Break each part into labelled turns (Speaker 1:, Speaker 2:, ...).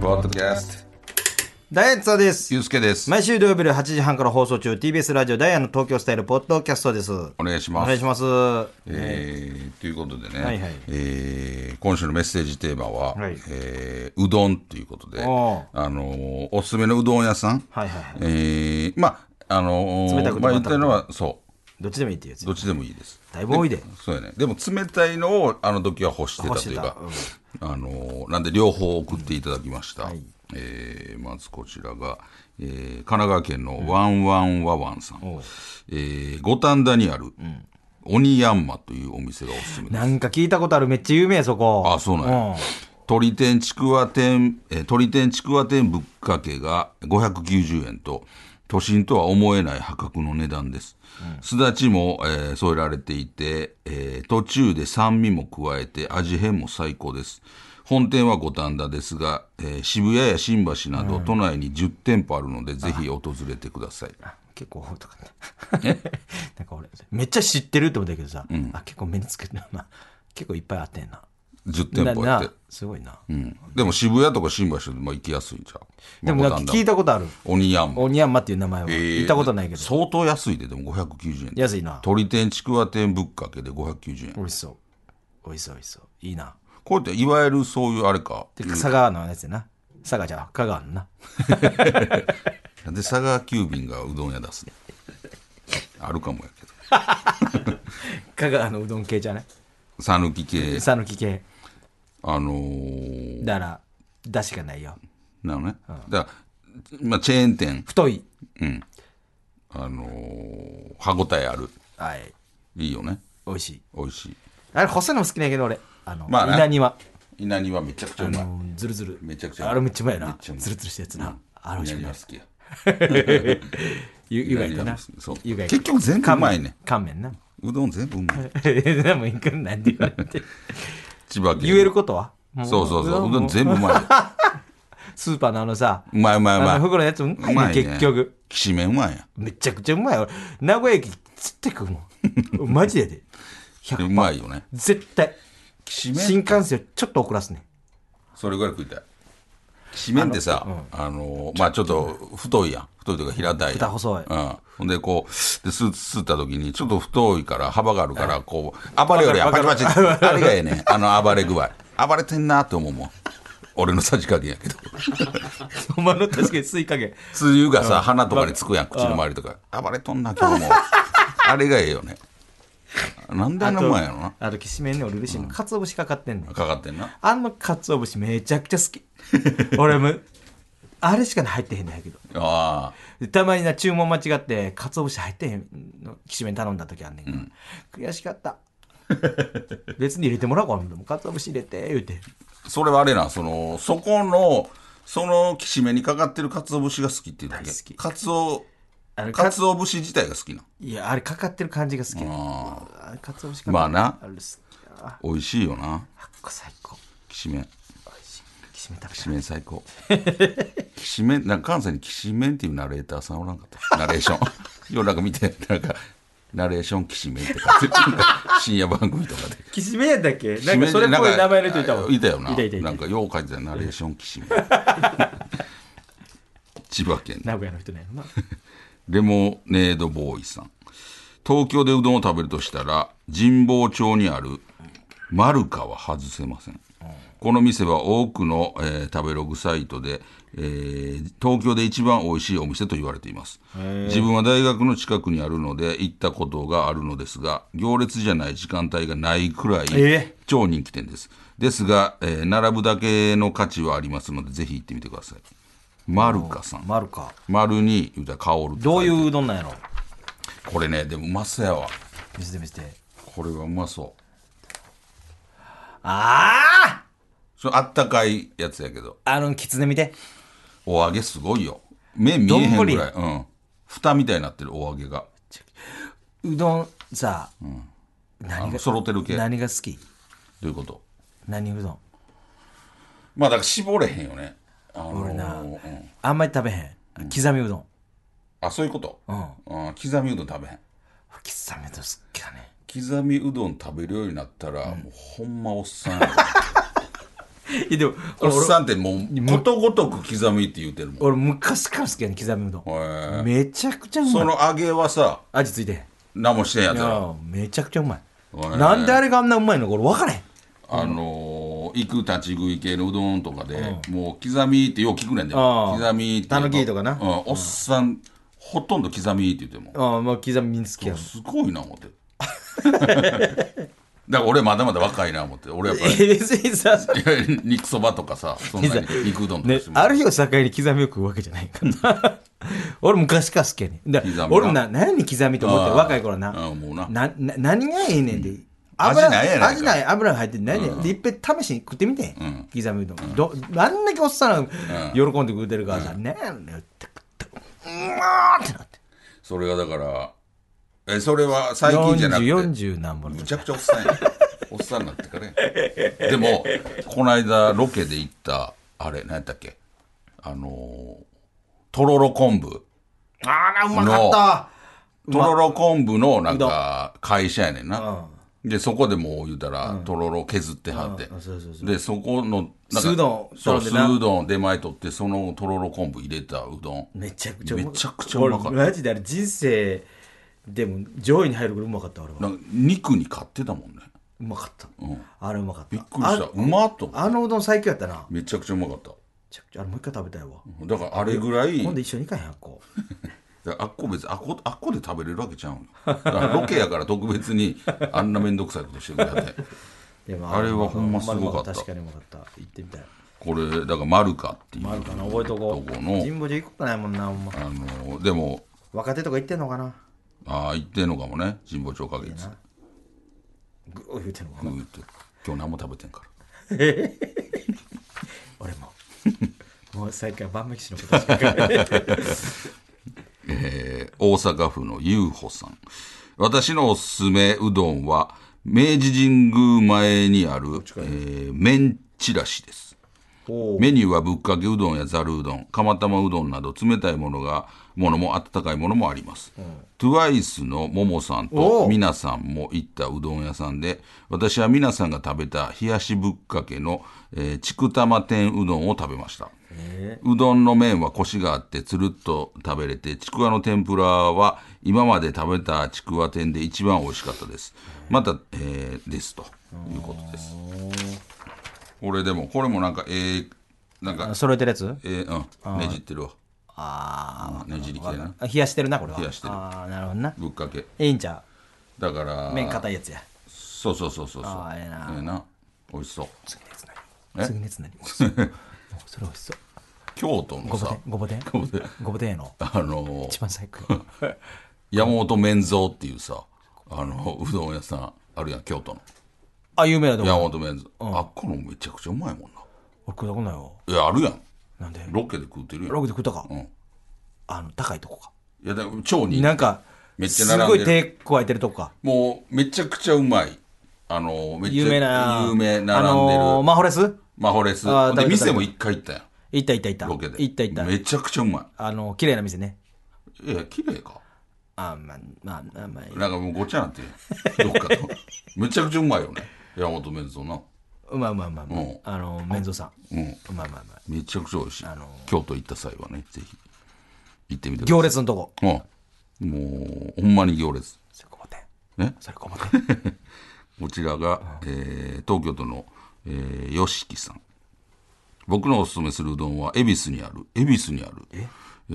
Speaker 1: ポッドキャスト。
Speaker 2: ダイアンツァです。
Speaker 1: ゆうすけです。
Speaker 2: 毎週土曜日の8時半から放送中、TBS ラジオダイアンの東京スタイルポッドキャストです。お
Speaker 1: お願いします。
Speaker 2: 願いします。
Speaker 1: えーということでね、
Speaker 2: はいはい
Speaker 1: えー今週のメッセージテーマは、
Speaker 2: はい
Speaker 1: えーうどんということで、あ
Speaker 2: お
Speaker 1: のーおすすめのうどん屋さん、
Speaker 2: はいはいはい
Speaker 1: えーまあ、あのー
Speaker 2: 冷たくて
Speaker 1: まあ、言ったのは、そ
Speaker 2: どっちでもいいっていうや
Speaker 1: う、
Speaker 2: つ
Speaker 1: ど。っちでもいいです。
Speaker 2: だいぶ多いで。
Speaker 1: そうやね。でも、冷たいのを、あの時は欲してたというか
Speaker 2: 欲、
Speaker 1: あのーなんで、両方送っていただきました。
Speaker 2: い
Speaker 1: えーまずこちらが、えー神奈川県のワンワンワワンさん。
Speaker 2: おう
Speaker 1: えー五反田にある、鬼ヤンマというお店がおすすめです。
Speaker 2: なんか聞いたことある、めっちゃ有名やそこ。
Speaker 1: あ、そうなんや。鶏天ちくわ天、えー鶏天ちくわ天ぶっかけが590円と、都心とは思えない破格の値段です。すだちも、えー添えられていて、えー途中で酸味も加えて味変も最高です。本店は五反田ですが、えー渋谷や新橋など都内に10店舗あるので、ぜひ訪れてください。
Speaker 2: 結構多いとかね。 なんか俺、めっちゃ知ってるって思ったけどさ、あ、結構目につけてるな。結構いっぱいあってんな。
Speaker 1: 10店舗やって
Speaker 2: な。すごいな。
Speaker 1: うんでも渋谷とか新橋でも行きやすいんちゃう
Speaker 2: でもなんか聞い
Speaker 1: た
Speaker 2: たことある。
Speaker 1: 鬼やんも
Speaker 2: オニヤンマっていう名前は。
Speaker 1: えー
Speaker 2: 聞いたことないけど。
Speaker 1: 相当安いででも590円
Speaker 2: 安いな。
Speaker 1: 鶏天ちくわ天ぶっかけで590円
Speaker 2: 美味しそう。美味しそう、美味しそう。いいな。
Speaker 1: これっていわゆるそういうあれか
Speaker 2: で、佐川のやつやな。佐賀じゃん。香川のな。
Speaker 1: なんで佐川急便がうどん屋出すのあるかもやけど
Speaker 2: 香川のうどん系じゃない
Speaker 1: 讃岐系
Speaker 2: 讃岐系。
Speaker 1: あのー、
Speaker 2: だから、だしがないよ。
Speaker 1: なのねだから、まあ、チェーン店
Speaker 2: 太い。
Speaker 1: あのー、歯応えある
Speaker 2: はい。
Speaker 1: いいよね
Speaker 2: 美味しい。
Speaker 1: 美味しい
Speaker 2: あれ、細いのも好きなんやけど、俺。あの、
Speaker 1: まあな
Speaker 2: 稲庭。
Speaker 1: 稲庭めちゃくちゃ
Speaker 2: あ
Speaker 1: うまい
Speaker 2: の、ずるずる。
Speaker 1: めちゃくちゃうまい
Speaker 2: あれめっちゃうまいよ
Speaker 1: めっ
Speaker 2: な。
Speaker 1: ちゃうまい
Speaker 2: ずるずるしたやつな。あれ美味
Speaker 1: 稲
Speaker 2: しくな
Speaker 1: 庭
Speaker 2: い
Speaker 1: 好。きや
Speaker 2: ゆゆがい
Speaker 1: 稲
Speaker 2: か
Speaker 1: 庭
Speaker 2: な
Speaker 1: も好きそう。
Speaker 2: ゆがいか
Speaker 1: 結局全部うまいね。
Speaker 2: 乾麺乾麺な。
Speaker 1: うどん全部うまい
Speaker 2: でもいくんなんて言われて。
Speaker 1: 千葉県
Speaker 2: 言えることはも
Speaker 1: そうそうそううどん
Speaker 2: も
Speaker 1: 全部うまいよ
Speaker 2: スーパーのあのさ、
Speaker 1: うまいうまいうま
Speaker 2: あ
Speaker 1: い
Speaker 2: の袋のやつ、う
Speaker 1: うま
Speaker 2: ま
Speaker 1: い
Speaker 2: い
Speaker 1: ね
Speaker 2: ね結局。
Speaker 1: きしめんうまいや
Speaker 2: めちゃくちゃうまいよ。名古屋駅、つってくもん。マジでやで。
Speaker 1: う
Speaker 2: 100
Speaker 1: まいよね
Speaker 2: 絶対。
Speaker 1: きしめ
Speaker 2: 新
Speaker 1: ん
Speaker 2: 幹線をちょっと遅らすね。
Speaker 1: それぐらい食いたいきしめんってさあのまあちょっと太いやん太いというか平たいや
Speaker 2: 豚
Speaker 1: ん
Speaker 2: 細い
Speaker 1: うんほんでこうです吸った時にちょっと太いから幅があるからこう暴れよりやんパチパチってあれがええねあの暴れ具合暴れてんなって思うもん俺のさじ加減やけど
Speaker 2: お前の確かに吸い加減。
Speaker 1: 梅雨がさ、鼻とかにつくやん、口の周りとか。暴れとんな、 今日も。あれがええよね。なんであんなもんやろな。
Speaker 2: あと、きしめんね、俺嬉しいの。かつお節かかってんの。
Speaker 1: かかってんな。
Speaker 2: あのかつお節めちゃくちゃ好き。 俺も、あれしか入ってへんねんけど。
Speaker 1: あ
Speaker 2: でたまにな、注文間違って、かつお節入ってへんの、きしめん頼んだ時あんねんけど。悔しかった。別に入れてもらおうかな。でもかつお節入れて、言うて。
Speaker 1: あ。それはあれな、その、そこの、そのきしめにかかってる鰹節が好きっていうだけ
Speaker 2: 大好き。
Speaker 1: 鰹、
Speaker 2: あのかつ
Speaker 1: 鰹節自体が好きな。
Speaker 2: いや、あれかかってる感じが好き。
Speaker 1: あ
Speaker 2: あれかつお節か
Speaker 1: ま
Speaker 2: かってる
Speaker 1: あな
Speaker 2: あ、れ好き。あ
Speaker 1: 美味しいよな。
Speaker 2: あっこ最高。
Speaker 1: きしめん。
Speaker 2: 美味しい。きしめん食べ
Speaker 1: き
Speaker 2: た
Speaker 1: しめん最高。 きしめん、なんか関西にきしめんっていうナレーターさんおらんかった。ナレーション。よ うなんか見て、なんか、ナレーションきしめんって書いてる なんか深夜番組とかで。
Speaker 2: きしめんやったっけな
Speaker 1: きし
Speaker 2: ん
Speaker 1: め
Speaker 2: か
Speaker 1: ん
Speaker 2: それっぽい名前の人いたもん。
Speaker 1: いたよな。
Speaker 2: いたいたいた
Speaker 1: なんか、よう書いてたよナレーションきし めん。千葉県。
Speaker 2: 名古屋の人ね。 まあ、
Speaker 1: レモネードボーイさん。東京でうどんを食べるとしたら、神保町にあるマルカは外せません。この店は多くの、えー食べログサイトで、えー東京で一番美味しいお店と言われています。自分は大学の近くにあるので行ったことがあるのですが、行列じゃない時間帯がないくらい、
Speaker 2: え
Speaker 1: 超人気店です。ですが、えー並ぶだけの価値はありますので、ぜひ行ってみてください。マルカさん。
Speaker 2: マルか。
Speaker 1: 丸に言うたら香るって書いてある
Speaker 2: どういううどんなんやろ
Speaker 1: これねでもうまそうやわ
Speaker 2: 見せて見せて。
Speaker 1: これはうまそう
Speaker 2: ああ
Speaker 1: それあったかいやつやけど
Speaker 2: あの、きつね見て。
Speaker 1: お揚げすごいよ麺見えへんぐらい
Speaker 2: 丼
Speaker 1: うん蓋みたいになってるお揚げが
Speaker 2: うどんさ、
Speaker 1: あ
Speaker 2: 何
Speaker 1: の
Speaker 2: が、
Speaker 1: 揃ってる系ど
Speaker 2: 何が好き
Speaker 1: ういうこと
Speaker 2: 何うどん
Speaker 1: まあだから絞れへんよねあのー
Speaker 2: 俺な
Speaker 1: うん
Speaker 2: あんまり食べへん。刻みうどん。
Speaker 1: あそういうこと、
Speaker 2: うん。
Speaker 1: うん、刻みうどん食べへん
Speaker 2: 刻みうどん好きだね。
Speaker 1: 刻みうどん食べるようになったら、もうほんまおっさんやわ
Speaker 2: いやでも
Speaker 1: おっ
Speaker 2: 俺
Speaker 1: さんってもうことごとく刻みって言うてるもん
Speaker 2: 俺昔から好きやね刻みうどん、
Speaker 1: へえ
Speaker 2: めちゃくちゃう
Speaker 1: そ
Speaker 2: まい
Speaker 1: の揚げはさ
Speaker 2: 味ついてへん
Speaker 1: 何もしてんや
Speaker 2: い
Speaker 1: つ
Speaker 2: や
Speaker 1: やろ
Speaker 2: ーめちゃくちゃうまい、
Speaker 1: へえ
Speaker 2: なんであれがあんなうまいのか俺分からへん
Speaker 1: あのー行く立ち食い系のうどんとかで、もう刻みってよう聞くねんで刻
Speaker 2: うん
Speaker 1: みって
Speaker 2: たぬきとかな
Speaker 1: うんおっさんほとんど刻みって言っても
Speaker 2: ああまあ刻み好きやもん
Speaker 1: すごいな思って だから俺まだまだ若いな思って俺やっぱり
Speaker 2: え別にさ、
Speaker 1: いや 肉そばとかさそんなに肉うどんとか
Speaker 2: ね
Speaker 1: して、も
Speaker 2: ある日を境に刻みを食うわけじゃないから。 俺昔から好きやねん。だ
Speaker 1: 刻みな
Speaker 2: 俺もな、何やねん刻みと思って
Speaker 1: あー
Speaker 2: る若い頃な。
Speaker 1: うんもうな
Speaker 2: なな何がええねんって。
Speaker 1: 味ないやないか
Speaker 2: 味ない油が入ってないねん。で、いっぺん試しに食ってみてん。刻みうどん。どあんだけおっさんが喜んで食うてるからさ、ねえねんって食って、うまーってなって。
Speaker 1: それがだからえそれは最近じゃなくて
Speaker 2: 40、40何本の
Speaker 1: む
Speaker 2: 時
Speaker 1: ちゃくちゃおっさんや おっさんになってからやでもこの間ロケで行ったあれ何やったっけあのーとろろ昆布
Speaker 2: あら、うまかった。
Speaker 1: とろろ昆布のなんか会社やねんな、でそこでもう言うたら、とろろ削ってはって、
Speaker 2: うんそうそうそ
Speaker 1: でそこのなんか
Speaker 2: 酢うどん
Speaker 1: そう
Speaker 2: 頼ん
Speaker 1: 酢
Speaker 2: でな
Speaker 1: うどん出前取ってそのとろろ昆布入れたうどん
Speaker 2: めちゃくちゃうま
Speaker 1: めちゃくちゃうまかった
Speaker 2: 俺マジであれ人生でも上位に入るぐらいうまかった俺は
Speaker 1: なんか肉に買ってたもんね
Speaker 2: うまかった、あれうまかった
Speaker 1: びっくりした
Speaker 2: あ
Speaker 1: うまっと思って
Speaker 2: あのうどん最強やったなめ
Speaker 1: めちゃくちゃうまかった
Speaker 2: ちゃくちゃあれもう一回食べたいわ、
Speaker 1: だからあれぐらい
Speaker 2: 今度一緒に行かへん こう
Speaker 1: だからあっこ別にあっこあっこで食べれるわけちゃうんよだからロケやから特別にあんな面倒くさいことしてるんだって
Speaker 2: でも
Speaker 1: あれはほんますごかった
Speaker 2: ほんまにうま確かにうまかった行ってみたい
Speaker 1: これだからマルカっていう
Speaker 2: あるかな覚えとこう
Speaker 1: どこの
Speaker 2: 神保町行くことないもんなほんま
Speaker 1: あのでも
Speaker 2: 若手とか行ってんのかな
Speaker 1: ああ言ってんのかもね神保町花月
Speaker 2: グー言うてんのか
Speaker 1: グ
Speaker 2: な
Speaker 1: ーって今日何も食べてんから
Speaker 2: 俺も もう最近は万引きしのことしか考えてない
Speaker 1: えー大阪府のゆうほさん。私のおすすめうどんは、明治神宮前にある、えー、麺チラシです。
Speaker 2: おう
Speaker 1: メニューはぶっかけうどんやざるうどん、釜玉うどんなど冷たいものが、ものも温かいものもあります。トゥワイスのももさん
Speaker 2: お
Speaker 1: と
Speaker 2: う
Speaker 1: みなさんも行ったうどん屋さんで、私はみなさんが食べた冷やしぶっかけの、えー、ちくたま天うどんを食べました。うどんの麺はコシがあってつるっと食べれてちくわの天ぷらは今まで食べたちくわ店で一番美味しかったですまた、えーですということですこれでもこれもなんかえー、なんか
Speaker 2: あ揃えてるやつ
Speaker 1: えー、うんねじってるわ
Speaker 2: あ
Speaker 1: ねじり系な
Speaker 2: あ冷やしてるなこれは
Speaker 1: 冷やしてる
Speaker 2: ああなるほどな
Speaker 1: ぶっかけ
Speaker 2: ええんちゃ
Speaker 1: だから
Speaker 2: う麺硬いやつや
Speaker 1: そうそうそうそうそう
Speaker 2: あーええな
Speaker 1: ええな美味しそう
Speaker 2: 次のやつ
Speaker 1: え
Speaker 2: 何次のや つ何もうそれもうそれ美味しそう
Speaker 1: 京都の
Speaker 2: ごぼ
Speaker 1: さ
Speaker 2: 天ごぼ天ごぼ 天の
Speaker 1: あのー
Speaker 2: 一番最高
Speaker 1: 山本麺蔵っていうさあのうどん屋さんあるやん京都の
Speaker 2: あ有名なと
Speaker 1: 山
Speaker 2: こ
Speaker 1: 本麺蔵、あっこのめちゃくちゃうまいもんな
Speaker 2: 俺食ったことないよ
Speaker 1: いやあるやん
Speaker 2: なんで
Speaker 1: ロケで食うてるやん
Speaker 2: ロケで食ったか
Speaker 1: うん
Speaker 2: あの高いとこか
Speaker 1: いやだから超人気
Speaker 2: なんか
Speaker 1: めっちゃ
Speaker 2: す
Speaker 1: 並
Speaker 2: ご
Speaker 1: ん
Speaker 2: い
Speaker 1: でる
Speaker 2: 手加えてるとこか
Speaker 1: もうめちゃくちゃうまいあのめっちゃ
Speaker 2: 有名な
Speaker 1: 有名並んでる、
Speaker 2: あのーマホレス
Speaker 1: マホレス
Speaker 2: あー食
Speaker 1: で
Speaker 2: べた
Speaker 1: 店も一回行ったやん
Speaker 2: 行った行った行った
Speaker 1: ロケで
Speaker 2: 行った行った
Speaker 1: めちゃくちゃうま
Speaker 2: あの綺麗な店ね
Speaker 1: いいや綺麗か
Speaker 2: あまあまあまあまあ
Speaker 1: なんかもうごちゃなってるどっか とめちゃくちゃうまいよね山本麺蔵な
Speaker 2: うまいうまいうまいうま
Speaker 1: うん
Speaker 2: いあのメンゾさんう
Speaker 1: うん
Speaker 2: まいうまいうまい
Speaker 1: めちゃくちゃ美味しい、
Speaker 2: の
Speaker 1: 京都行った際はねぜひ行ってみてください
Speaker 2: 行列のとこ
Speaker 1: うんもうほんまに行列
Speaker 2: それごぼ天
Speaker 1: ね
Speaker 2: それごぼ天
Speaker 1: こちらが、えー東京都の、えー、よしきさん。僕のおすすめするうどんは、恵比寿にある、恵比寿にある、えー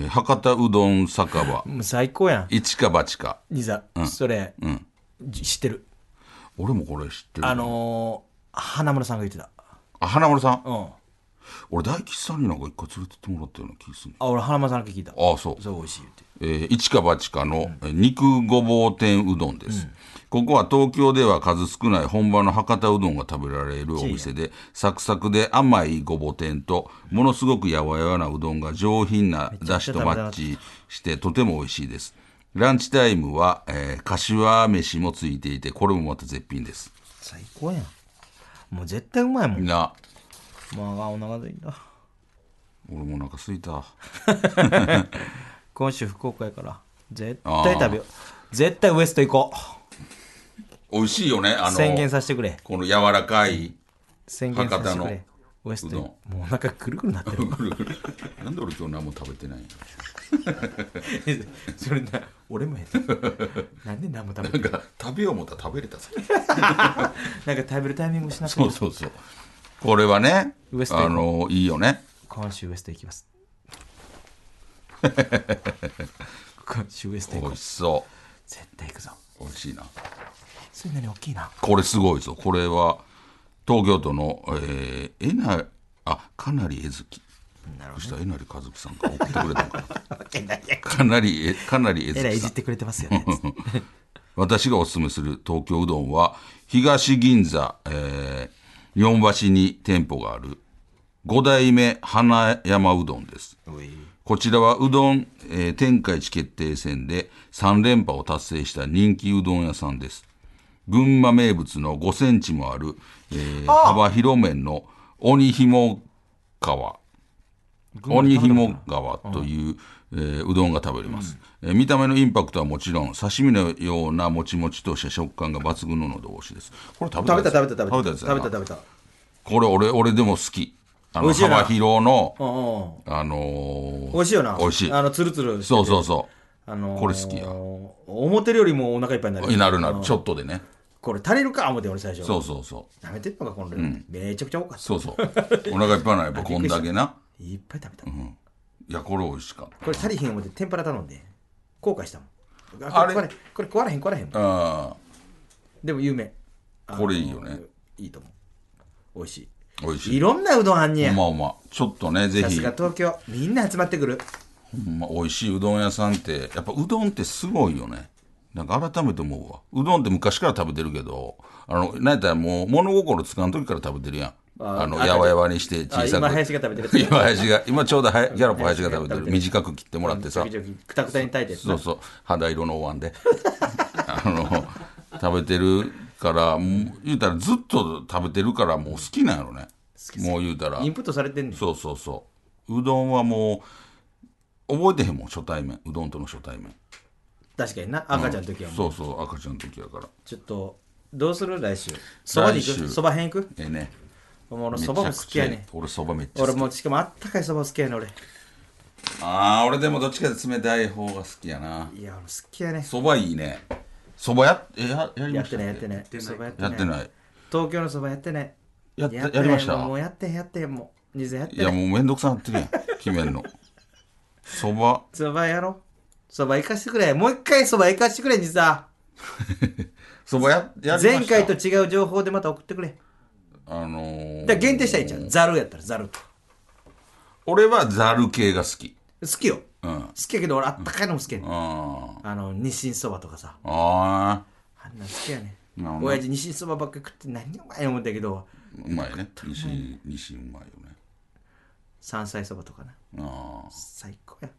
Speaker 1: 博多うどん酒場、
Speaker 2: もう最 高やん。
Speaker 1: 一か八か。
Speaker 2: 兄さん、それ、じ知ってる。
Speaker 1: 俺もこれ知ってる。
Speaker 2: あのー、花村さんが言ってた。
Speaker 1: あ、花丸さん。
Speaker 2: うん。あ、
Speaker 1: 俺、大吉さんになんか一回連れてってもらったような気がするね。
Speaker 2: 俺、花村さんから聞いた。
Speaker 1: ああ、そう。
Speaker 2: そう、美味しい言って。
Speaker 1: えー一か八かのえー肉ごぼう天うどんです、ここは東京では数少ない本場の博多うどんが食べられるお店でサクサクで甘いごぼう天とものすごくやわやわなうどんが上品なだしとマッチしてとても美味しいですランチタイムは、えー、柏飯もついていてこれもまた絶品です
Speaker 2: 最高やん。もう絶対うまいもん。
Speaker 1: みん
Speaker 2: ま
Speaker 1: な
Speaker 2: あ、お腹すいた。
Speaker 1: 俺もなんかすいた
Speaker 2: 今週福岡やから、絶対食べよう。絶対ウエスト行こ
Speaker 1: 美味しいよねあ
Speaker 2: う。宣言
Speaker 1: の
Speaker 2: させてくれ。
Speaker 1: この柔らかい
Speaker 2: 宣言させてくれ。ウエスト
Speaker 1: う
Speaker 2: に
Speaker 1: どん
Speaker 2: もうなんかくるくる なってる
Speaker 1: なんで俺今日何も食べてないの
Speaker 2: それな俺もやったなんで何も食べて
Speaker 1: なんか食べよう思ったら食べれたぞ
Speaker 2: なんか食べるタイミングしなくて
Speaker 1: そうそうそうこれはね
Speaker 2: ウエスト行こう
Speaker 1: あのいいよね
Speaker 2: 今週ウエスト行きます今週ウエスト行
Speaker 1: 美
Speaker 2: こう
Speaker 1: 味しそ
Speaker 2: 絶対行くぞ
Speaker 1: う美味しいな
Speaker 2: それなりに大きい な
Speaker 1: これすごいぞこれは東京都のえーえなあかなりえずき
Speaker 2: なる
Speaker 1: そしたらえなりかずきさんが送ってくれたのかな
Speaker 2: わけないや
Speaker 1: かなりえかなりえず
Speaker 2: えらい
Speaker 1: き
Speaker 2: い
Speaker 1: さ
Speaker 2: じ
Speaker 1: ん
Speaker 2: ってくれてま すよね
Speaker 1: 私がおすすめする東京うどんは東銀座、えー、四橋に店舗がある五代目花山うどんです
Speaker 2: おい
Speaker 1: こちらはうどん、えー天下一決定戦で3連覇を達成した人気うどん屋さんです群馬名物の5センチもある、えー幅広面の鬼ひも川鬼ひも川という、えーうどんが食べれます、えー見た目のインパクトはもちろん刺身のようなもちもちとした食感が抜群の喉越しですこれ食べ
Speaker 2: 食べ
Speaker 1: た
Speaker 2: た
Speaker 1: やつ
Speaker 2: 食べた食べた
Speaker 1: やつや
Speaker 2: 食
Speaker 1: な
Speaker 2: べた食べた
Speaker 1: これ俺俺でも好きあ
Speaker 2: 美
Speaker 1: の
Speaker 2: 味しいよな
Speaker 1: 幅広の
Speaker 2: うんうん
Speaker 1: あのー、
Speaker 2: 美味しいよな
Speaker 1: 美味しい
Speaker 2: あのツルツルしてて
Speaker 1: そうそうそう
Speaker 2: あのー
Speaker 1: これ好きや
Speaker 2: 思ってるよりもお腹いっぱいになる
Speaker 1: なるなる、
Speaker 2: うん
Speaker 1: ちょっとでね。
Speaker 2: これ足りるか思って俺最初
Speaker 1: そうそうそう。
Speaker 2: なめてんのかこの量めちゃくちゃ多かった
Speaker 1: そうそう。お腹いっぱいな、やっぱこんだけな。
Speaker 2: いっぱい食べた
Speaker 1: いや、これ美味しかっ
Speaker 2: これ足りへん思って天ぷら頼んで後悔したもん
Speaker 1: あれ
Speaker 2: これこれこれ壊れへん壊れへん
Speaker 1: た。あ
Speaker 2: でも有名あのー
Speaker 1: これいいよね
Speaker 2: いいと思う美味し
Speaker 1: あ、美味
Speaker 2: い
Speaker 1: し
Speaker 2: い
Speaker 1: い。
Speaker 2: ろんなうどんあんね
Speaker 1: ほ
Speaker 2: や
Speaker 1: んまほんま。ちょっとね、ぜ
Speaker 2: さ
Speaker 1: ひ、
Speaker 2: すが
Speaker 1: ほ
Speaker 2: 東京みんな集まってくる
Speaker 1: んま美味しいうどん屋さんって、やっぱうどんってすごいよね。なんか改めて思うわ。うどんって昔から食べてるけど、あの、なんやったらもう物心つかん時から食べてるやん。
Speaker 2: あ
Speaker 1: あの、
Speaker 2: あ
Speaker 1: やわやわにして
Speaker 2: あ
Speaker 1: 小さ
Speaker 2: 今
Speaker 1: く。
Speaker 2: 林が食べてるや つ
Speaker 1: 今、林が、今ちょうどはやギャロップ林が食べて
Speaker 2: 林が食べて
Speaker 1: る。
Speaker 2: る
Speaker 1: 短く切ってもらってさ
Speaker 2: 時。々くたくたに炊いて
Speaker 1: そうそう肌色のお椀で あの食べてるからもう言うたらずっと食べてるからもう好きなんやろねもう言うたら
Speaker 2: インプットされてんねん
Speaker 1: そうそうそううどんはもう覚えてへんもん初対面うどんとの初対面
Speaker 2: 確かにな赤ちゃんの時はもう
Speaker 1: そうそう赤ちゃんの時やから
Speaker 2: ちょっとどうする来週そばに行
Speaker 1: 来週
Speaker 2: くそば辺行く
Speaker 1: ええね
Speaker 2: もう俺
Speaker 1: めち
Speaker 2: そ
Speaker 1: ゃ
Speaker 2: ばも
Speaker 1: く
Speaker 2: 好き
Speaker 1: ちゃ
Speaker 2: や
Speaker 1: え
Speaker 2: ね
Speaker 1: え
Speaker 2: ん
Speaker 1: 俺そばめっちゃ
Speaker 2: 俺
Speaker 1: 好き
Speaker 2: もうしかもあったかいそば好きやねん俺
Speaker 1: ああ俺でもどっちかで冷たい方が好きやない
Speaker 2: や俺好きやねん
Speaker 1: そばいいねそばやえややりま
Speaker 2: やっ
Speaker 1: した
Speaker 2: て
Speaker 1: っけ
Speaker 2: ないやってないそばやって
Speaker 1: や
Speaker 2: な
Speaker 1: っ
Speaker 2: い
Speaker 1: てない
Speaker 2: 東京のそばやってない
Speaker 1: やって
Speaker 2: って
Speaker 1: やりました
Speaker 2: ないもうやってへんやってへんもう二千やっ
Speaker 1: い
Speaker 2: てな
Speaker 1: や
Speaker 2: い
Speaker 1: もうめんどくさなってるやん 決めんのそば
Speaker 2: そばやろそば行かしてくれもう一回そば行かしてくれ二千
Speaker 1: そばややりました
Speaker 2: 前回と違う情報でまた送ってくれ
Speaker 1: あのー、
Speaker 2: だから限定したらいいんじゃんざるやったらざる
Speaker 1: 俺はざる系が好き
Speaker 2: 好きよ好
Speaker 1: うんあ
Speaker 2: きやけど俺あったかいのも好きやねん
Speaker 1: あ
Speaker 2: あの日清そばとかさ
Speaker 1: あ
Speaker 2: あんなん好きやねん
Speaker 1: なるほど
Speaker 2: 親父日清そばばっか食って何うまい思うんだけど
Speaker 1: ーうまいね西西うまいよね
Speaker 2: 山菜そばとかな
Speaker 1: ああ
Speaker 2: 最高や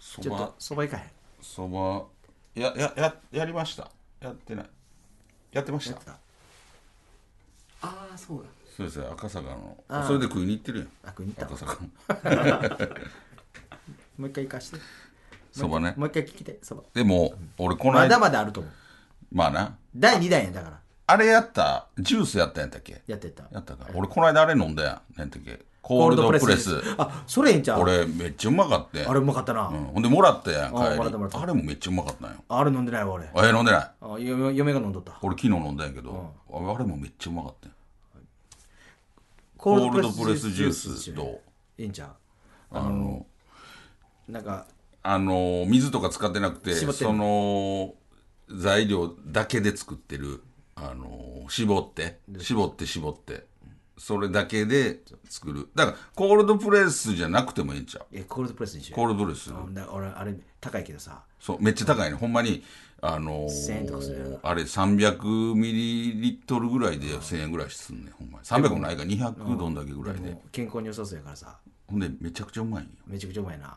Speaker 1: そ
Speaker 2: ちょっ
Speaker 1: ば
Speaker 2: とそば行かへん
Speaker 1: そばややややりましたやってないやってました
Speaker 3: ああそうだ
Speaker 1: そうですね赤坂のそれで食いに行ってるやん
Speaker 2: あ国に行った
Speaker 1: 赤
Speaker 2: わ
Speaker 1: 坂の
Speaker 2: もう一回行かして
Speaker 1: そばね
Speaker 2: もう一回聞きてそば
Speaker 1: でも俺この
Speaker 2: ま
Speaker 1: 間
Speaker 2: だまだあると思う
Speaker 1: まあな
Speaker 2: 第2弾やだから
Speaker 1: あれやったジュースやったんやったっけ
Speaker 2: やってた
Speaker 1: やったか俺この間あれ飲んだやん何やったっけコールドプレス
Speaker 2: あそれええんちゃう
Speaker 1: 俺めっちゃうまかったやん
Speaker 2: あれうまかったな、
Speaker 1: うん、ほんでもらったやん
Speaker 2: あ
Speaker 1: 帰
Speaker 2: もらったもらっ
Speaker 1: り
Speaker 2: た
Speaker 1: あれもめっちゃうまかったんよ
Speaker 2: あれ飲んでないわ俺
Speaker 1: あれ飲んでない
Speaker 2: あよ嫁が飲んどった
Speaker 1: 俺昨日飲んだんやけど、あれもめっちゃうまかったんよ
Speaker 2: コ
Speaker 1: コールドプレスジュースどう
Speaker 2: いいんちゃう
Speaker 1: あの
Speaker 2: なんか
Speaker 1: あの水とか使ってなくて
Speaker 2: 絞ってん
Speaker 1: その材料だけで作ってるあの絞って絞って絞ってそれだけで作るだからコールドプレスじゃなくてもいいんちゃう
Speaker 2: えコールドプレスにしよう
Speaker 1: コールドプレス
Speaker 2: うんだ俺あれ高いけどさ
Speaker 1: そう、めっちゃ高いね。ほんまに、あのー
Speaker 2: 1000円とかするやろ
Speaker 1: あれ300ミリリットルぐらいで1000円ぐらいすんねんほんまに。300もないか、200どんだけぐらいで。
Speaker 2: もう健康に良さそうやからさ
Speaker 1: ほんで、めちゃくちゃうまいんよ。
Speaker 2: めちゃくちゃうまいな、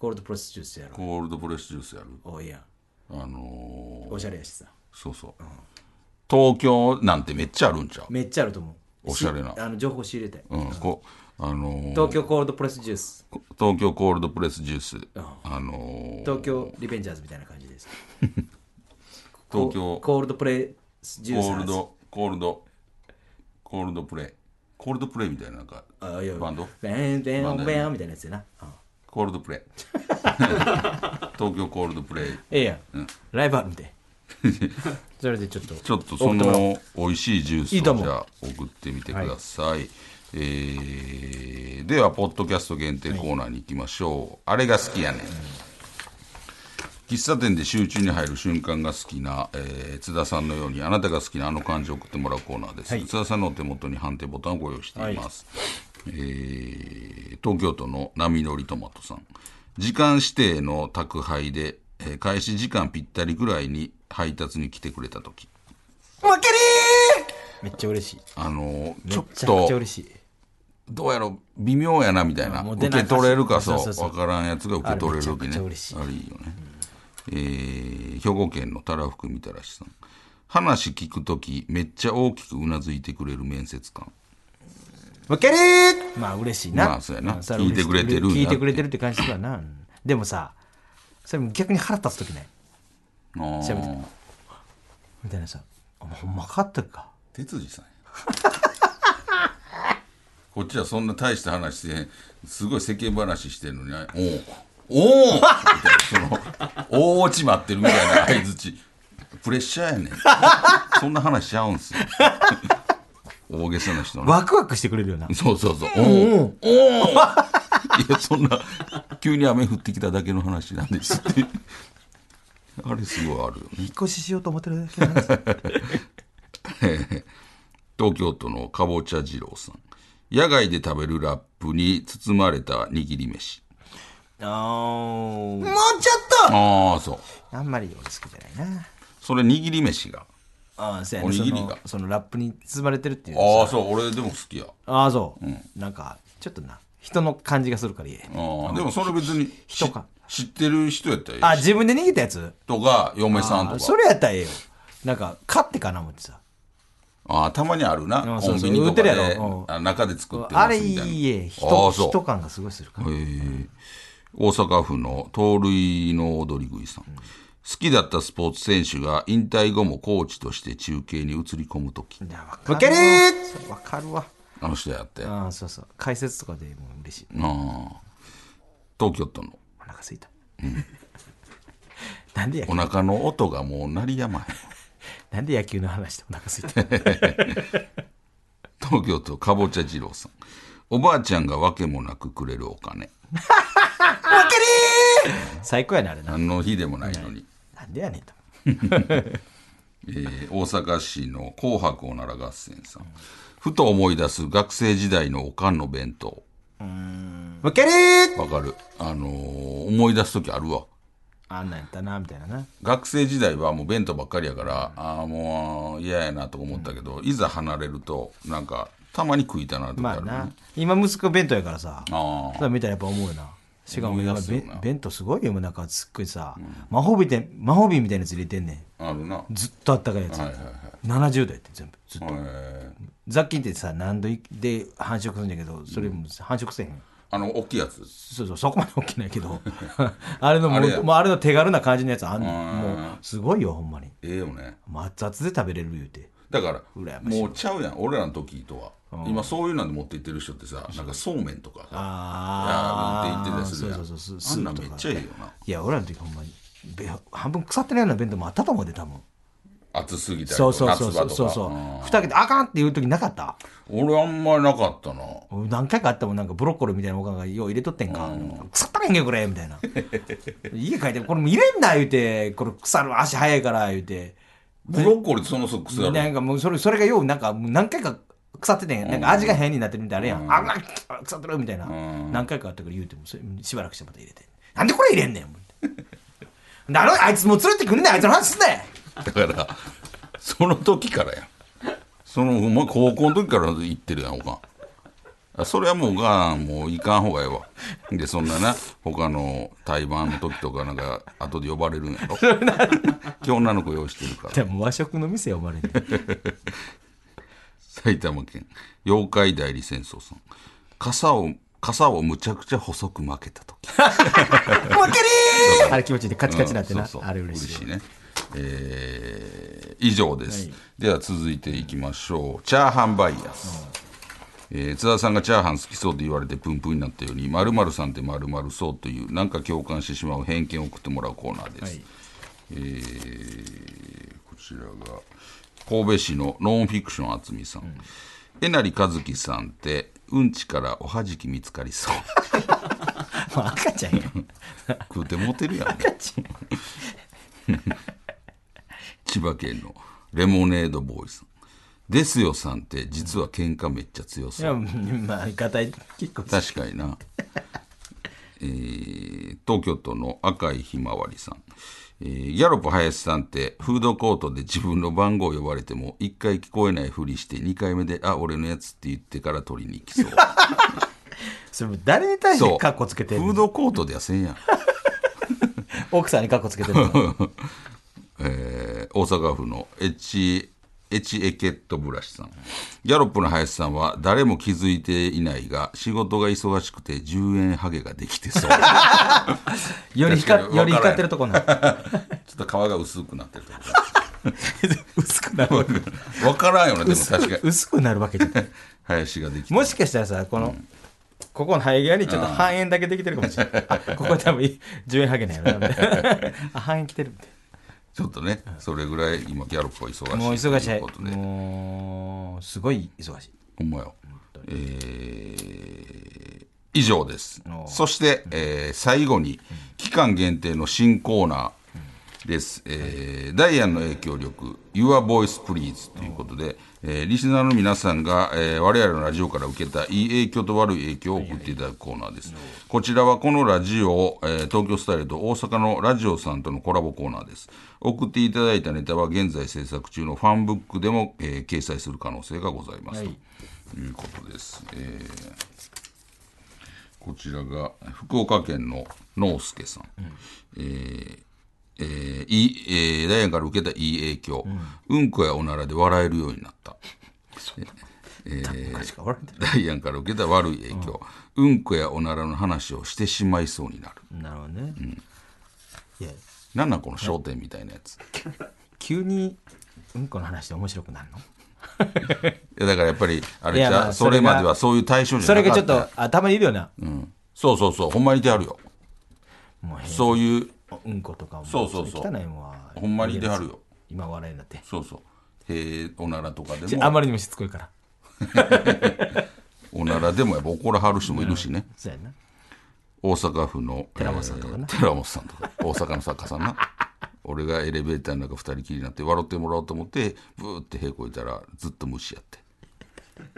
Speaker 2: コールドプレスジュースやろ
Speaker 1: コールドプレスジュースやる。
Speaker 2: おいいやん
Speaker 1: あのー
Speaker 2: おしゃれやしさ
Speaker 1: そうそう。東京なんてめっちゃあるんちゃう
Speaker 2: めっちゃあると思う
Speaker 1: おしゃれな
Speaker 2: あの情報仕入れて
Speaker 1: うん、こあのー
Speaker 2: 東京コールドプレスジュース
Speaker 1: 東京コールドプレスジュース。あのー
Speaker 2: 東京リベンジャーズみたいな感じです
Speaker 1: 東京
Speaker 2: コールドプレスジュース
Speaker 1: コールド、コールド、コールドプレイ。ココールドプレイみたいななんか
Speaker 2: あいや
Speaker 1: バンド
Speaker 2: ベンベ
Speaker 1: バンドや
Speaker 2: ンベ
Speaker 1: な
Speaker 2: ンみたいなやつやなうん
Speaker 1: コールド プレイ東京コールドプレイ
Speaker 2: ええやん、
Speaker 1: うん
Speaker 2: ライブあるん でそれでちょっと
Speaker 1: ちょっとその美味しいジュ
Speaker 2: い
Speaker 1: ー
Speaker 2: い
Speaker 1: ス
Speaker 2: と
Speaker 1: を
Speaker 2: 思う
Speaker 1: じゃあ送ってみてください、えーではポッドキャスト限定コーナーに行きましょう、あれが好きやねん喫茶店で集中に入る瞬間が好きな、えー津田さんのようにあなたが好きなあの漢字を送ってもらうコーナーです、津田さんのお手元に判定ボタンをご用意しています、えー東京都の波乗りトマトさん時間指定の宅配で、えー開始時間ぴったりぐらいに配達に来てくれた時
Speaker 2: 負けりーめっちゃ嬉しい
Speaker 1: あの
Speaker 2: め
Speaker 1: ち
Speaker 2: ち
Speaker 1: ょ
Speaker 2: ゃ
Speaker 1: っ
Speaker 2: くちゃ
Speaker 1: と
Speaker 2: 嬉しい
Speaker 1: どうやろ微妙やなみたいな
Speaker 2: あもう
Speaker 1: 受
Speaker 2: 出な
Speaker 1: け
Speaker 2: い
Speaker 1: 取れるかそう
Speaker 2: そうそうそう
Speaker 1: 分からんやつが受け取れる時ね
Speaker 2: あれめちゃくちゃ
Speaker 1: あれいいよね、えー兵庫県のたらふくみたらしさん話聞く時めっちゃ大きくうなずいてくれる面接官
Speaker 2: 負けりーまあ嬉しいな,、
Speaker 1: まあそうやな
Speaker 2: れ嬉し
Speaker 1: 聞いてくれてるんやって
Speaker 2: 聞いてくれてるって感じするわなうんでもさそれも逆に腹立つ時ない
Speaker 1: あー
Speaker 2: 調べてみたいなさ「お前ほんまかったか
Speaker 1: 哲司さんや こっちはそんな大した話してへんすごい世間話してるのにあおうおうみたいなその大落ち待ってるみたいな相づちプレッシャーやねんそんな話しちゃうんすよ大げさな人」の
Speaker 2: ワクワクしてくれるよな
Speaker 1: そうそうそう。おおおおいや、そんな、急に雨降ってきただけの話なんですって。あれすごいあるよね。
Speaker 2: 引っ越ししようと思ってるだけなん ですよ
Speaker 1: 東京都のかぼちゃ二郎さん野外で食べるラップに包まれた握り飯
Speaker 2: もうちょっ
Speaker 1: ああそう
Speaker 2: とあんまり俺好きじゃないな
Speaker 1: それ握り飯が
Speaker 2: ああそうや
Speaker 1: お
Speaker 2: ね
Speaker 1: にぎりが
Speaker 2: そのそのラップに包まれてるっていう
Speaker 1: ああ
Speaker 2: さ
Speaker 1: そう俺でも好きやあ
Speaker 2: ああそう、なんかちょっとな人の感じがするからいい
Speaker 1: あでもそれ別に
Speaker 2: 人か
Speaker 1: し知ってる人やったらいい
Speaker 2: あ自分で逃げたやつ
Speaker 1: とか嫁さん
Speaker 2: あ
Speaker 1: と
Speaker 2: そ
Speaker 1: か
Speaker 2: れやったらええよなんか勝ってかな思ってさ
Speaker 1: ああたまにあるな
Speaker 2: うん
Speaker 1: コ
Speaker 2: そう
Speaker 1: ン
Speaker 2: そう
Speaker 1: ビニとかで
Speaker 2: 売ってるやろうん
Speaker 1: あ中で作って
Speaker 2: あ
Speaker 1: ます
Speaker 2: れ
Speaker 1: みたいない
Speaker 2: いえ人
Speaker 1: ああそう
Speaker 2: 人感がすごいするから
Speaker 1: えー大阪府の盗塁の踊り食いさん、好きだったスポーツ選手が引退後もコーチとして中継に移り込む時
Speaker 2: いやわ
Speaker 3: 負けりー
Speaker 2: それわかるわ
Speaker 1: あの人やってあ
Speaker 2: ああそうそう解説とかでもう嬉しい
Speaker 1: あ東京都の
Speaker 2: お腹すいた、 なんで野
Speaker 1: お腹の音がもう鳴りやまへん
Speaker 2: なんで野球の話でお腹すいた
Speaker 1: 東京都かぼちゃ二郎さんおばあちゃんがわけもなくくれるお金
Speaker 2: 最高やねあれな
Speaker 1: 何の日でもないのに、
Speaker 2: なんでやねんと
Speaker 1: えー大阪市の「紅白おなら合戦」さん、ふと思い出す学生時代のおかんの弁当
Speaker 2: 負けりー
Speaker 1: わかるあのー思い出す時あるわ
Speaker 2: あんなんやったなみたいなな
Speaker 1: 学生時代はもう弁当ばっかりやから、ああもう嫌やなとか思ったけど、いざ離れるとなんかたまに食いたなとか
Speaker 2: ま
Speaker 1: あ
Speaker 2: あ
Speaker 1: る、ね
Speaker 2: な今息子弁当やからさ
Speaker 1: あー
Speaker 2: それ見たらやっぱ思うよなしかも
Speaker 1: 思い
Speaker 2: 今
Speaker 1: 出すよな
Speaker 2: べ弁当すごいよもうなんかすっごいさ、魔法瓶で魔法瓶みたいなやつ入れてんねん
Speaker 1: あるな、
Speaker 2: ずっとあったかいやつ、
Speaker 1: はいはい
Speaker 2: 70度やって全部ずっと
Speaker 1: えー
Speaker 2: 雑菌ってさ何度で繁殖するんだけどそれも繁殖せえへん、
Speaker 1: あの大きいやつ
Speaker 2: そうそうそこまで大きないけど あれのも
Speaker 1: あ
Speaker 2: う
Speaker 1: れや
Speaker 2: もうあれの手軽な感じのやつあんね
Speaker 1: う
Speaker 2: ん
Speaker 1: ん
Speaker 2: もうすごいよほんまに
Speaker 1: ええよね
Speaker 2: 熱々で食べれる言うて
Speaker 1: だから
Speaker 2: 羨ましい
Speaker 1: もうちゃうやん俺らの時とは、今そういうので持って行ってる人ってさなんかそうめんとかさいや持
Speaker 2: あ
Speaker 1: って行ってたりするやん
Speaker 2: そうそうそう
Speaker 1: あ
Speaker 2: ス
Speaker 1: ん
Speaker 2: ー
Speaker 1: なん
Speaker 2: プ
Speaker 1: め
Speaker 2: と
Speaker 1: っ
Speaker 2: か
Speaker 1: ちゃいいよない
Speaker 2: や俺らの時ほんまにべ半分腐ってないような弁当もあったと思うで多分
Speaker 1: 暑すぎたり
Speaker 2: そ
Speaker 1: と
Speaker 2: うそう
Speaker 1: か
Speaker 2: そう
Speaker 1: 夏
Speaker 2: そ
Speaker 1: 場
Speaker 2: う
Speaker 1: と
Speaker 2: そう
Speaker 1: か
Speaker 2: そう
Speaker 1: うん
Speaker 2: 二桁あかんっていう時なかった
Speaker 1: 俺あんまりなかったな
Speaker 2: 何回かあったもんなんかブロッコリーみたいなおかんがよう入れとってんか腐ったらへんけこれみたいな家帰ってこれもう入れんな言うてこれ腐る足早いから言うて
Speaker 1: ブロッコリーってそのそく癖ある
Speaker 2: なんかもうそれそれがようなんかもう何回か腐っててんなんか味が変になってるみたいなあれやん、あうわ腐ってるみたいな、
Speaker 1: ん
Speaker 2: 何回かあったから言うてもそれしばらくしてまた入れてなんでこれ入れんねん思ってなるあいつもう連れてくんねんあいつの話すんね
Speaker 1: だから、その時からやん。その、ほんま高校の時から行ってるやん、おかん。あそれはもうおかん、もう行かんほうがええわ。で、そんなな、他の対バンの時とかなんか、後で呼ばれるんやろ。今日女の子用意してるから
Speaker 2: ん。でも和食の店呼ばれて
Speaker 1: 埼玉県、妖怪代理戦争さん。傘を、傘をむちゃくちゃ細く巻けた時。
Speaker 2: あれ気持ちいいでカチカチなってな、
Speaker 1: うんそうそう
Speaker 2: あれ嬉しい
Speaker 1: ね、えー以上です、では続いていきましょうチャーハンバイアス、えー津田さんがチャーハン好きそうと言われてプンプンになったように〇〇さんって〇〇そうというなんか共感してしまう偏見を送ってもらうコーナーです、
Speaker 2: はい
Speaker 1: えーこちらが神戸市のノンフィクションあつみさん、えなりかずきさんってうんちからおはじき見つかりそう
Speaker 2: まあ赤ちゃんや
Speaker 1: 食うてモテるやん
Speaker 2: 赤ちゃん
Speaker 1: 千葉県のレモネードボーイさんですよさんって実は喧嘩めっちゃ強そう
Speaker 2: いやうんまあガタイ結構
Speaker 1: 確かにな、えー東京都の赤いひまわりさん、えーギャロップ林さんってフードコートで自分の番号呼ばれても1回聞こえないふりして2回目で「あ俺のやつ」って言ってから取りに行きそう
Speaker 2: それ誰に対し
Speaker 1: そ
Speaker 2: て
Speaker 1: う
Speaker 2: カッコつけてる
Speaker 1: フードコートではせんやん、
Speaker 2: 奥さんにカッコつけ てるの
Speaker 1: えー大阪府のエチエチエケットブラシさんギャロップの林さんは誰も気づいていないが仕事が忙しくて10円ハゲができて そうちょ
Speaker 2: より
Speaker 1: 確か
Speaker 2: 光
Speaker 1: に
Speaker 2: より光ってるとこなの
Speaker 1: っと皮が薄くなってるとこ
Speaker 2: 薄くなるわけ
Speaker 1: 分からんよねでも確かに
Speaker 2: 薄くなるわけじゃない
Speaker 1: 林ができた
Speaker 2: もしかしたらさこの、ここの生え際にちょっと半円だけできてるかもしれない。あ、ここ多分10円ハゲない やろなみたいな。あ、半円来てるみたい
Speaker 1: ちょっとねそれぐらい今ギャロップは忙しい
Speaker 2: な。もう忙し
Speaker 1: とい
Speaker 2: いう
Speaker 1: こと。で
Speaker 2: もう、すごい忙しい。
Speaker 1: ほんまよえー以上ですそして、えー最後に期間限定の新コーナーです、えーダイアンの影響力「YourVoicePlease」ということで、えーリスナーの皆さんが、えー我々のラジオから受けたいい影響と悪い影響を送っていただくコーナーです、こちらはこのラジオ、えー東京スタイルと大阪のラジオさんとのコラボコーナーです送っていただいたネタは現在制作中のファンブックでも、えー掲載する可能性がございますと、
Speaker 2: はい
Speaker 1: いうことです、えーこちらが福岡県の農介さん、えーえーいいえーダイアンから受けたいい影響、うん、こやおならで笑えるようになった
Speaker 2: 昔から笑って
Speaker 1: ダイアンから受けた悪い影響、うん、こやおならの話をしてしまいそうになる
Speaker 2: る。なるほどね。いや、
Speaker 1: なんなんこの『笑点』みたいなやつ、
Speaker 2: 急にうんこの話で面白くなるの
Speaker 1: いやだからやっぱりあれじ
Speaker 2: いや
Speaker 1: ゃ
Speaker 2: ま
Speaker 1: う
Speaker 2: あ
Speaker 1: それまではそういう対象じ
Speaker 2: そ
Speaker 1: ゃな
Speaker 2: れ
Speaker 1: か
Speaker 2: が
Speaker 1: った
Speaker 2: ちょっと、あ、たまにいるよな。
Speaker 1: そうそうそうほんまにいてはるよ
Speaker 2: もう変
Speaker 1: そういう
Speaker 2: うんことかも。
Speaker 1: そうそうそう
Speaker 2: 汚いもんは。
Speaker 1: ほんまにいてはるよ
Speaker 2: 今笑いになって。
Speaker 1: そうそうへえおならとかで
Speaker 2: ちょあ
Speaker 1: も
Speaker 2: まりにもしつこいから。
Speaker 1: おならでもやっぱ怒らはる人もいるしね、
Speaker 2: そうやな。
Speaker 1: 大阪府の
Speaker 2: 寺本さんとかな
Speaker 1: えー寺本さんとか大阪の作家さんな 俺がエレベーターの中二人きりになって笑ってもらおうと思ってブーってへこいたらずっと無視やって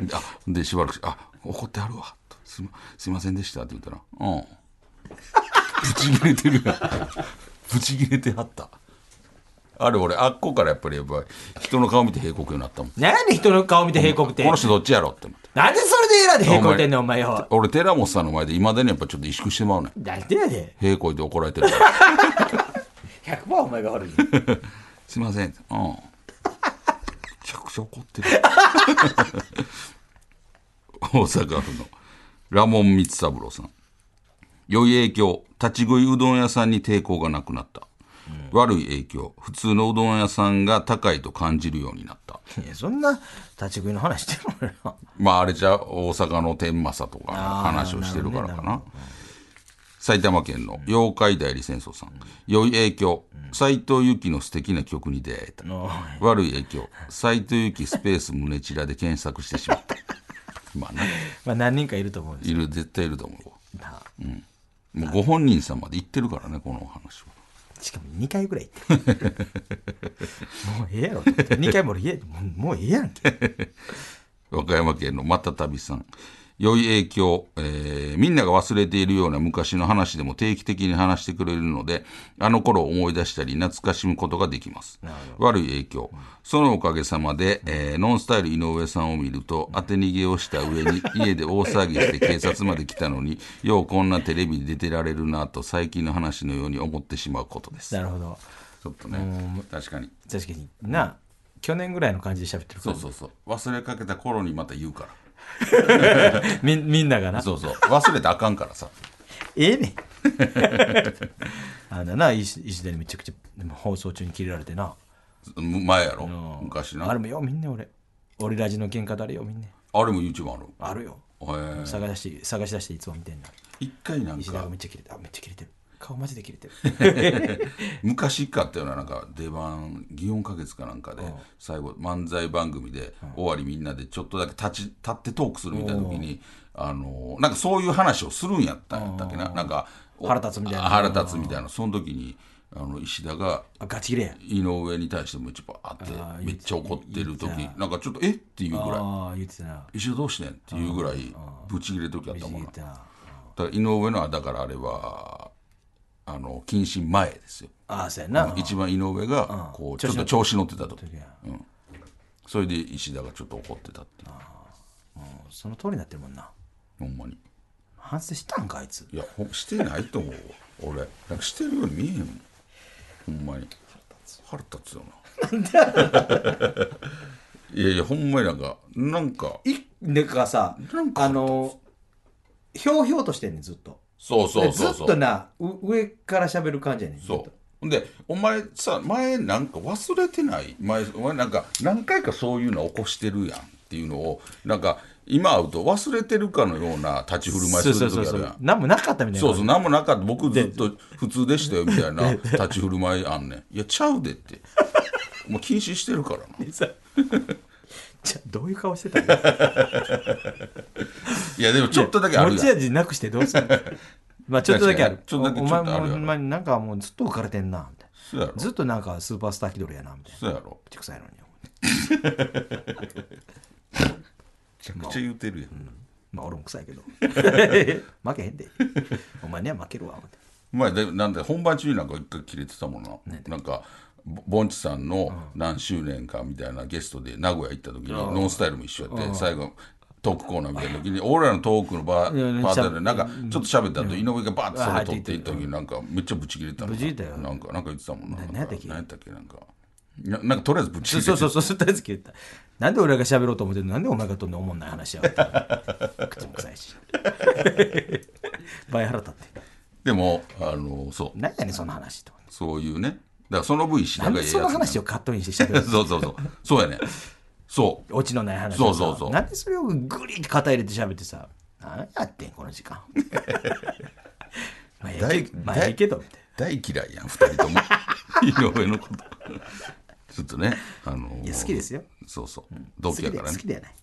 Speaker 1: であでしばらくしあ怒ってはるわ」とすいま「すいませんでした」って言ったら「うん」ぶち切れてるやんぶち切れてはったあれ俺あっこからやっぱりやっぱり人の顔見てへこくようになったもん
Speaker 2: なんで人の顔見て閉国って
Speaker 1: こ。の人どっちやろって思って
Speaker 2: なんでそれで選んで閉国ってんねん、お前よ。
Speaker 1: 俺寺本さんの前でいまだにやっぱちょっと萎縮してまうねん
Speaker 2: だってやで。
Speaker 1: へこいて怒られてるから
Speaker 2: 100%お前が悪い。
Speaker 1: すいません。うん。めちゃくちゃ怒ってる。大阪府のラモン光三郎さん。良い影響、立ち食いうどん屋さんに抵抗がなくなった。悪い影響、普通のうどん屋さんが高いと感じるようになった。
Speaker 2: いや、そんな立ち食いの話してるのよ。
Speaker 1: まああれじゃ大阪の天正とかの話をしてるからかな。埼玉県の妖怪代理戦争さん。良い影響、斎藤由貴の素敵な曲に出会えた。
Speaker 2: おい
Speaker 1: 悪い影響斎藤由貴スペース胸チラで検索してしまったまあね
Speaker 2: まあ何人かいると思うんです
Speaker 1: いる絶対いると思うわ
Speaker 2: けどな
Speaker 1: もうご本人さんまで言ってるからねこのお話は
Speaker 2: しかも2回ぐらい行ってるもうええやろと思って2回も俺えもうもうええやんけ
Speaker 1: 和歌山県のまたたびさん良い影響、えーみんなが忘れているような昔の話でも定期的に話してくれるのであの頃を思い出したり懐かしむことができます悪い影響そのおかげさまで、えーノンスタイル井上さんを見ると当て逃げをした上に家で大騒ぎして警察まで来たのにようこんなテレビに出てられるなと最近の話のように思ってしまうことです
Speaker 2: なるほど
Speaker 1: ちょっとね確かに
Speaker 2: 確かにな去年ぐらいの感じで喋ってるか
Speaker 1: そ
Speaker 2: ら
Speaker 1: うそうそう忘れかけた頃にまた言うから
Speaker 2: みみんながな
Speaker 1: そうそう忘れたらあかんからさ
Speaker 2: ええねん あんなな石石田にめちゃくちゃでも放送中に切れられてな
Speaker 1: 前やろ
Speaker 2: うん
Speaker 1: 昔
Speaker 2: あ
Speaker 1: な
Speaker 2: れもよみんな俺俺ラジの喧嘩だれよみんな
Speaker 1: あれも YouTube ある
Speaker 2: あるよ
Speaker 1: へー
Speaker 2: 探し出して探し出していつも見てんな
Speaker 1: 一回なん
Speaker 2: 石田が
Speaker 1: か
Speaker 2: めっちゃ切れてあめっちゃ切れてる顔マジで切れてる
Speaker 1: 昔一回あったようななんか出番祇園花月かなんかで
Speaker 2: ん
Speaker 1: 最後漫才番組で終わりみんなでちょっとだけ立ち立ってトークするみたいな時にあのなんかそういう話をするんやったんやったっけななんかお
Speaker 2: 腹立つみたいな
Speaker 1: あ腹立つみたいなその時にあの石田が
Speaker 2: あガチ切れや
Speaker 1: 井上に対しても一応あって
Speaker 2: あー
Speaker 1: めっちゃ怒ってる時
Speaker 2: 言ってた
Speaker 1: なんかちょっとえっていうぐらい
Speaker 2: ああ言ってたな
Speaker 1: 石田どうしてんっていうぐらいぶち切れる時あったもん
Speaker 2: 言っ
Speaker 1: な
Speaker 2: てたな
Speaker 1: だから井上のはだからあれはあの謹慎前ですよ
Speaker 2: ああそうやな
Speaker 1: 一番井上がこうちょっと調子乗ってたと
Speaker 2: 時や
Speaker 1: それで石田がちょっと怒ってたっていう
Speaker 2: もうその通りになってるもんな
Speaker 1: ほんまに
Speaker 2: 反省したんかあいつ
Speaker 1: いやほしてないと思うわ俺なんかしてるように見えへんもんほんまに腹立つよな いやいやほんまになんかなんか
Speaker 2: いなんかさ
Speaker 1: なんか
Speaker 2: あのひょうひょうとしてんねんずっと
Speaker 1: そうそうそう
Speaker 2: ず
Speaker 1: そ
Speaker 2: っ
Speaker 1: う
Speaker 2: となう上から喋る感じやねんずっ
Speaker 1: そ
Speaker 2: と
Speaker 1: うほんでお前さ前なんか忘れてない前お前なんか何回かそういうの起こしてるやんっていうのをなんか今会うと忘れてるかのような立ち振る舞いす
Speaker 2: そう
Speaker 1: る
Speaker 2: そう
Speaker 1: 時
Speaker 2: そ
Speaker 1: あ
Speaker 2: う
Speaker 1: るやん
Speaker 2: そう何もなかったみたいな
Speaker 1: そうそう何もなかった僕ずっと普通でしたよみたい な立ち振る舞いあんねんいやちゃうでってもう禁止してるからな
Speaker 2: でさ じゃあどういう顔してたの
Speaker 1: いやでもちょっとだけある
Speaker 2: 持
Speaker 1: や
Speaker 2: ち
Speaker 1: ん
Speaker 2: 味なくしてどうするの まあちょっとだけある
Speaker 1: 確かにちょっとだけ
Speaker 2: お
Speaker 1: ちょ
Speaker 2: 前
Speaker 1: っとある
Speaker 2: も
Speaker 1: よ
Speaker 2: お前なんかもうずっと浮かれてんなみたい
Speaker 1: そ
Speaker 2: な
Speaker 1: うやろ
Speaker 2: ずっとなんかスーパースター気取りやなみたいな
Speaker 1: そうやろ
Speaker 2: 口臭いのに思って
Speaker 1: めちゃくちゃ言うてるやん、
Speaker 2: まあ俺も臭 いけど負けへんでお前には負けるわ思って
Speaker 1: 前でなんで本番中になんか一回切れてたもんな、なんかぼぼんちさんの何周年かみたいなゲストで名古屋行った時に「ノンスタイル」も一緒やって最後トークコーナーみたいな時に俺らのトークのバ
Speaker 2: いやい
Speaker 1: ー
Speaker 2: や
Speaker 1: パート
Speaker 2: し
Speaker 1: で
Speaker 2: ゃ
Speaker 1: なんかちょっと喋ったと井上がバーッてそれ取っていった時
Speaker 2: う
Speaker 1: になんかめっちゃブチ切れてたの
Speaker 2: ブチ切れたよ
Speaker 1: なんかなんか言ってたもんななん
Speaker 2: 何やった
Speaker 1: か
Speaker 2: っけ
Speaker 1: 何やったっけなんかななんかとりあえずブチ
Speaker 2: そう
Speaker 1: 切れて
Speaker 2: そうそうそうそう大好き言ったなんで俺が喋ろうと思ってるのなんでお前がとんでもおもんない話やがって口も臭いし倍腹立って
Speaker 1: でもあのそう
Speaker 2: 何やねんその話と思って
Speaker 1: そういうねだからその分石
Speaker 2: な
Speaker 1: 田
Speaker 2: ん
Speaker 1: が
Speaker 2: で
Speaker 1: ええやつ
Speaker 2: その話をカットインして喋る
Speaker 1: そうそうそうそうやねそう
Speaker 2: オチのない話
Speaker 1: そ
Speaker 2: をさ
Speaker 1: うそうそう
Speaker 2: なんでそれをグリって肩入れて喋ってさ何やってんこの時間まあええけどまあええけどみたいな
Speaker 1: 大嫌いやん2人と も井上のことちょっとねあのー
Speaker 2: いや好きですよ
Speaker 1: そうそう同期やから
Speaker 2: 好
Speaker 1: ね
Speaker 2: きで好きではない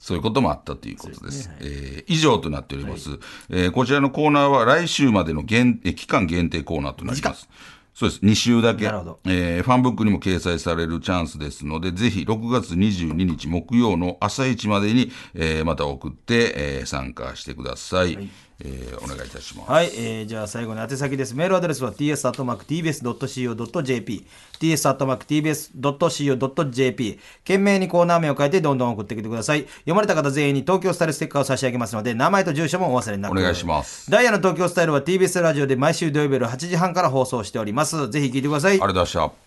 Speaker 1: そういうこともあったということですえー以上となっております、えーこちらのコーナーは来週までの限えー期間限定コーナーとなりますそうです2週だけ
Speaker 2: なるほど
Speaker 1: えーファンブックにも掲載されるチャンスですのでぜひ6月22日木曜の朝一までに、えーまた送って、えー参加してください、えーお願いいたします
Speaker 2: はい、えーじゃあ最後に宛先です。メールアドレスは ts.tbs.co.jp、ts.tbs.co.jp、懸命にコーナー名を書いてどんどん送ってきてください。読まれた方全員に東京スタイルステッカーを差し上げますので、名前と住所もお忘れなく。
Speaker 1: お願いします。
Speaker 2: ダイヤの東京スタイルは TBS ラジオで毎週土曜日夜8時半から放送しております。ぜひ聞いてください
Speaker 1: あ。りがとうございました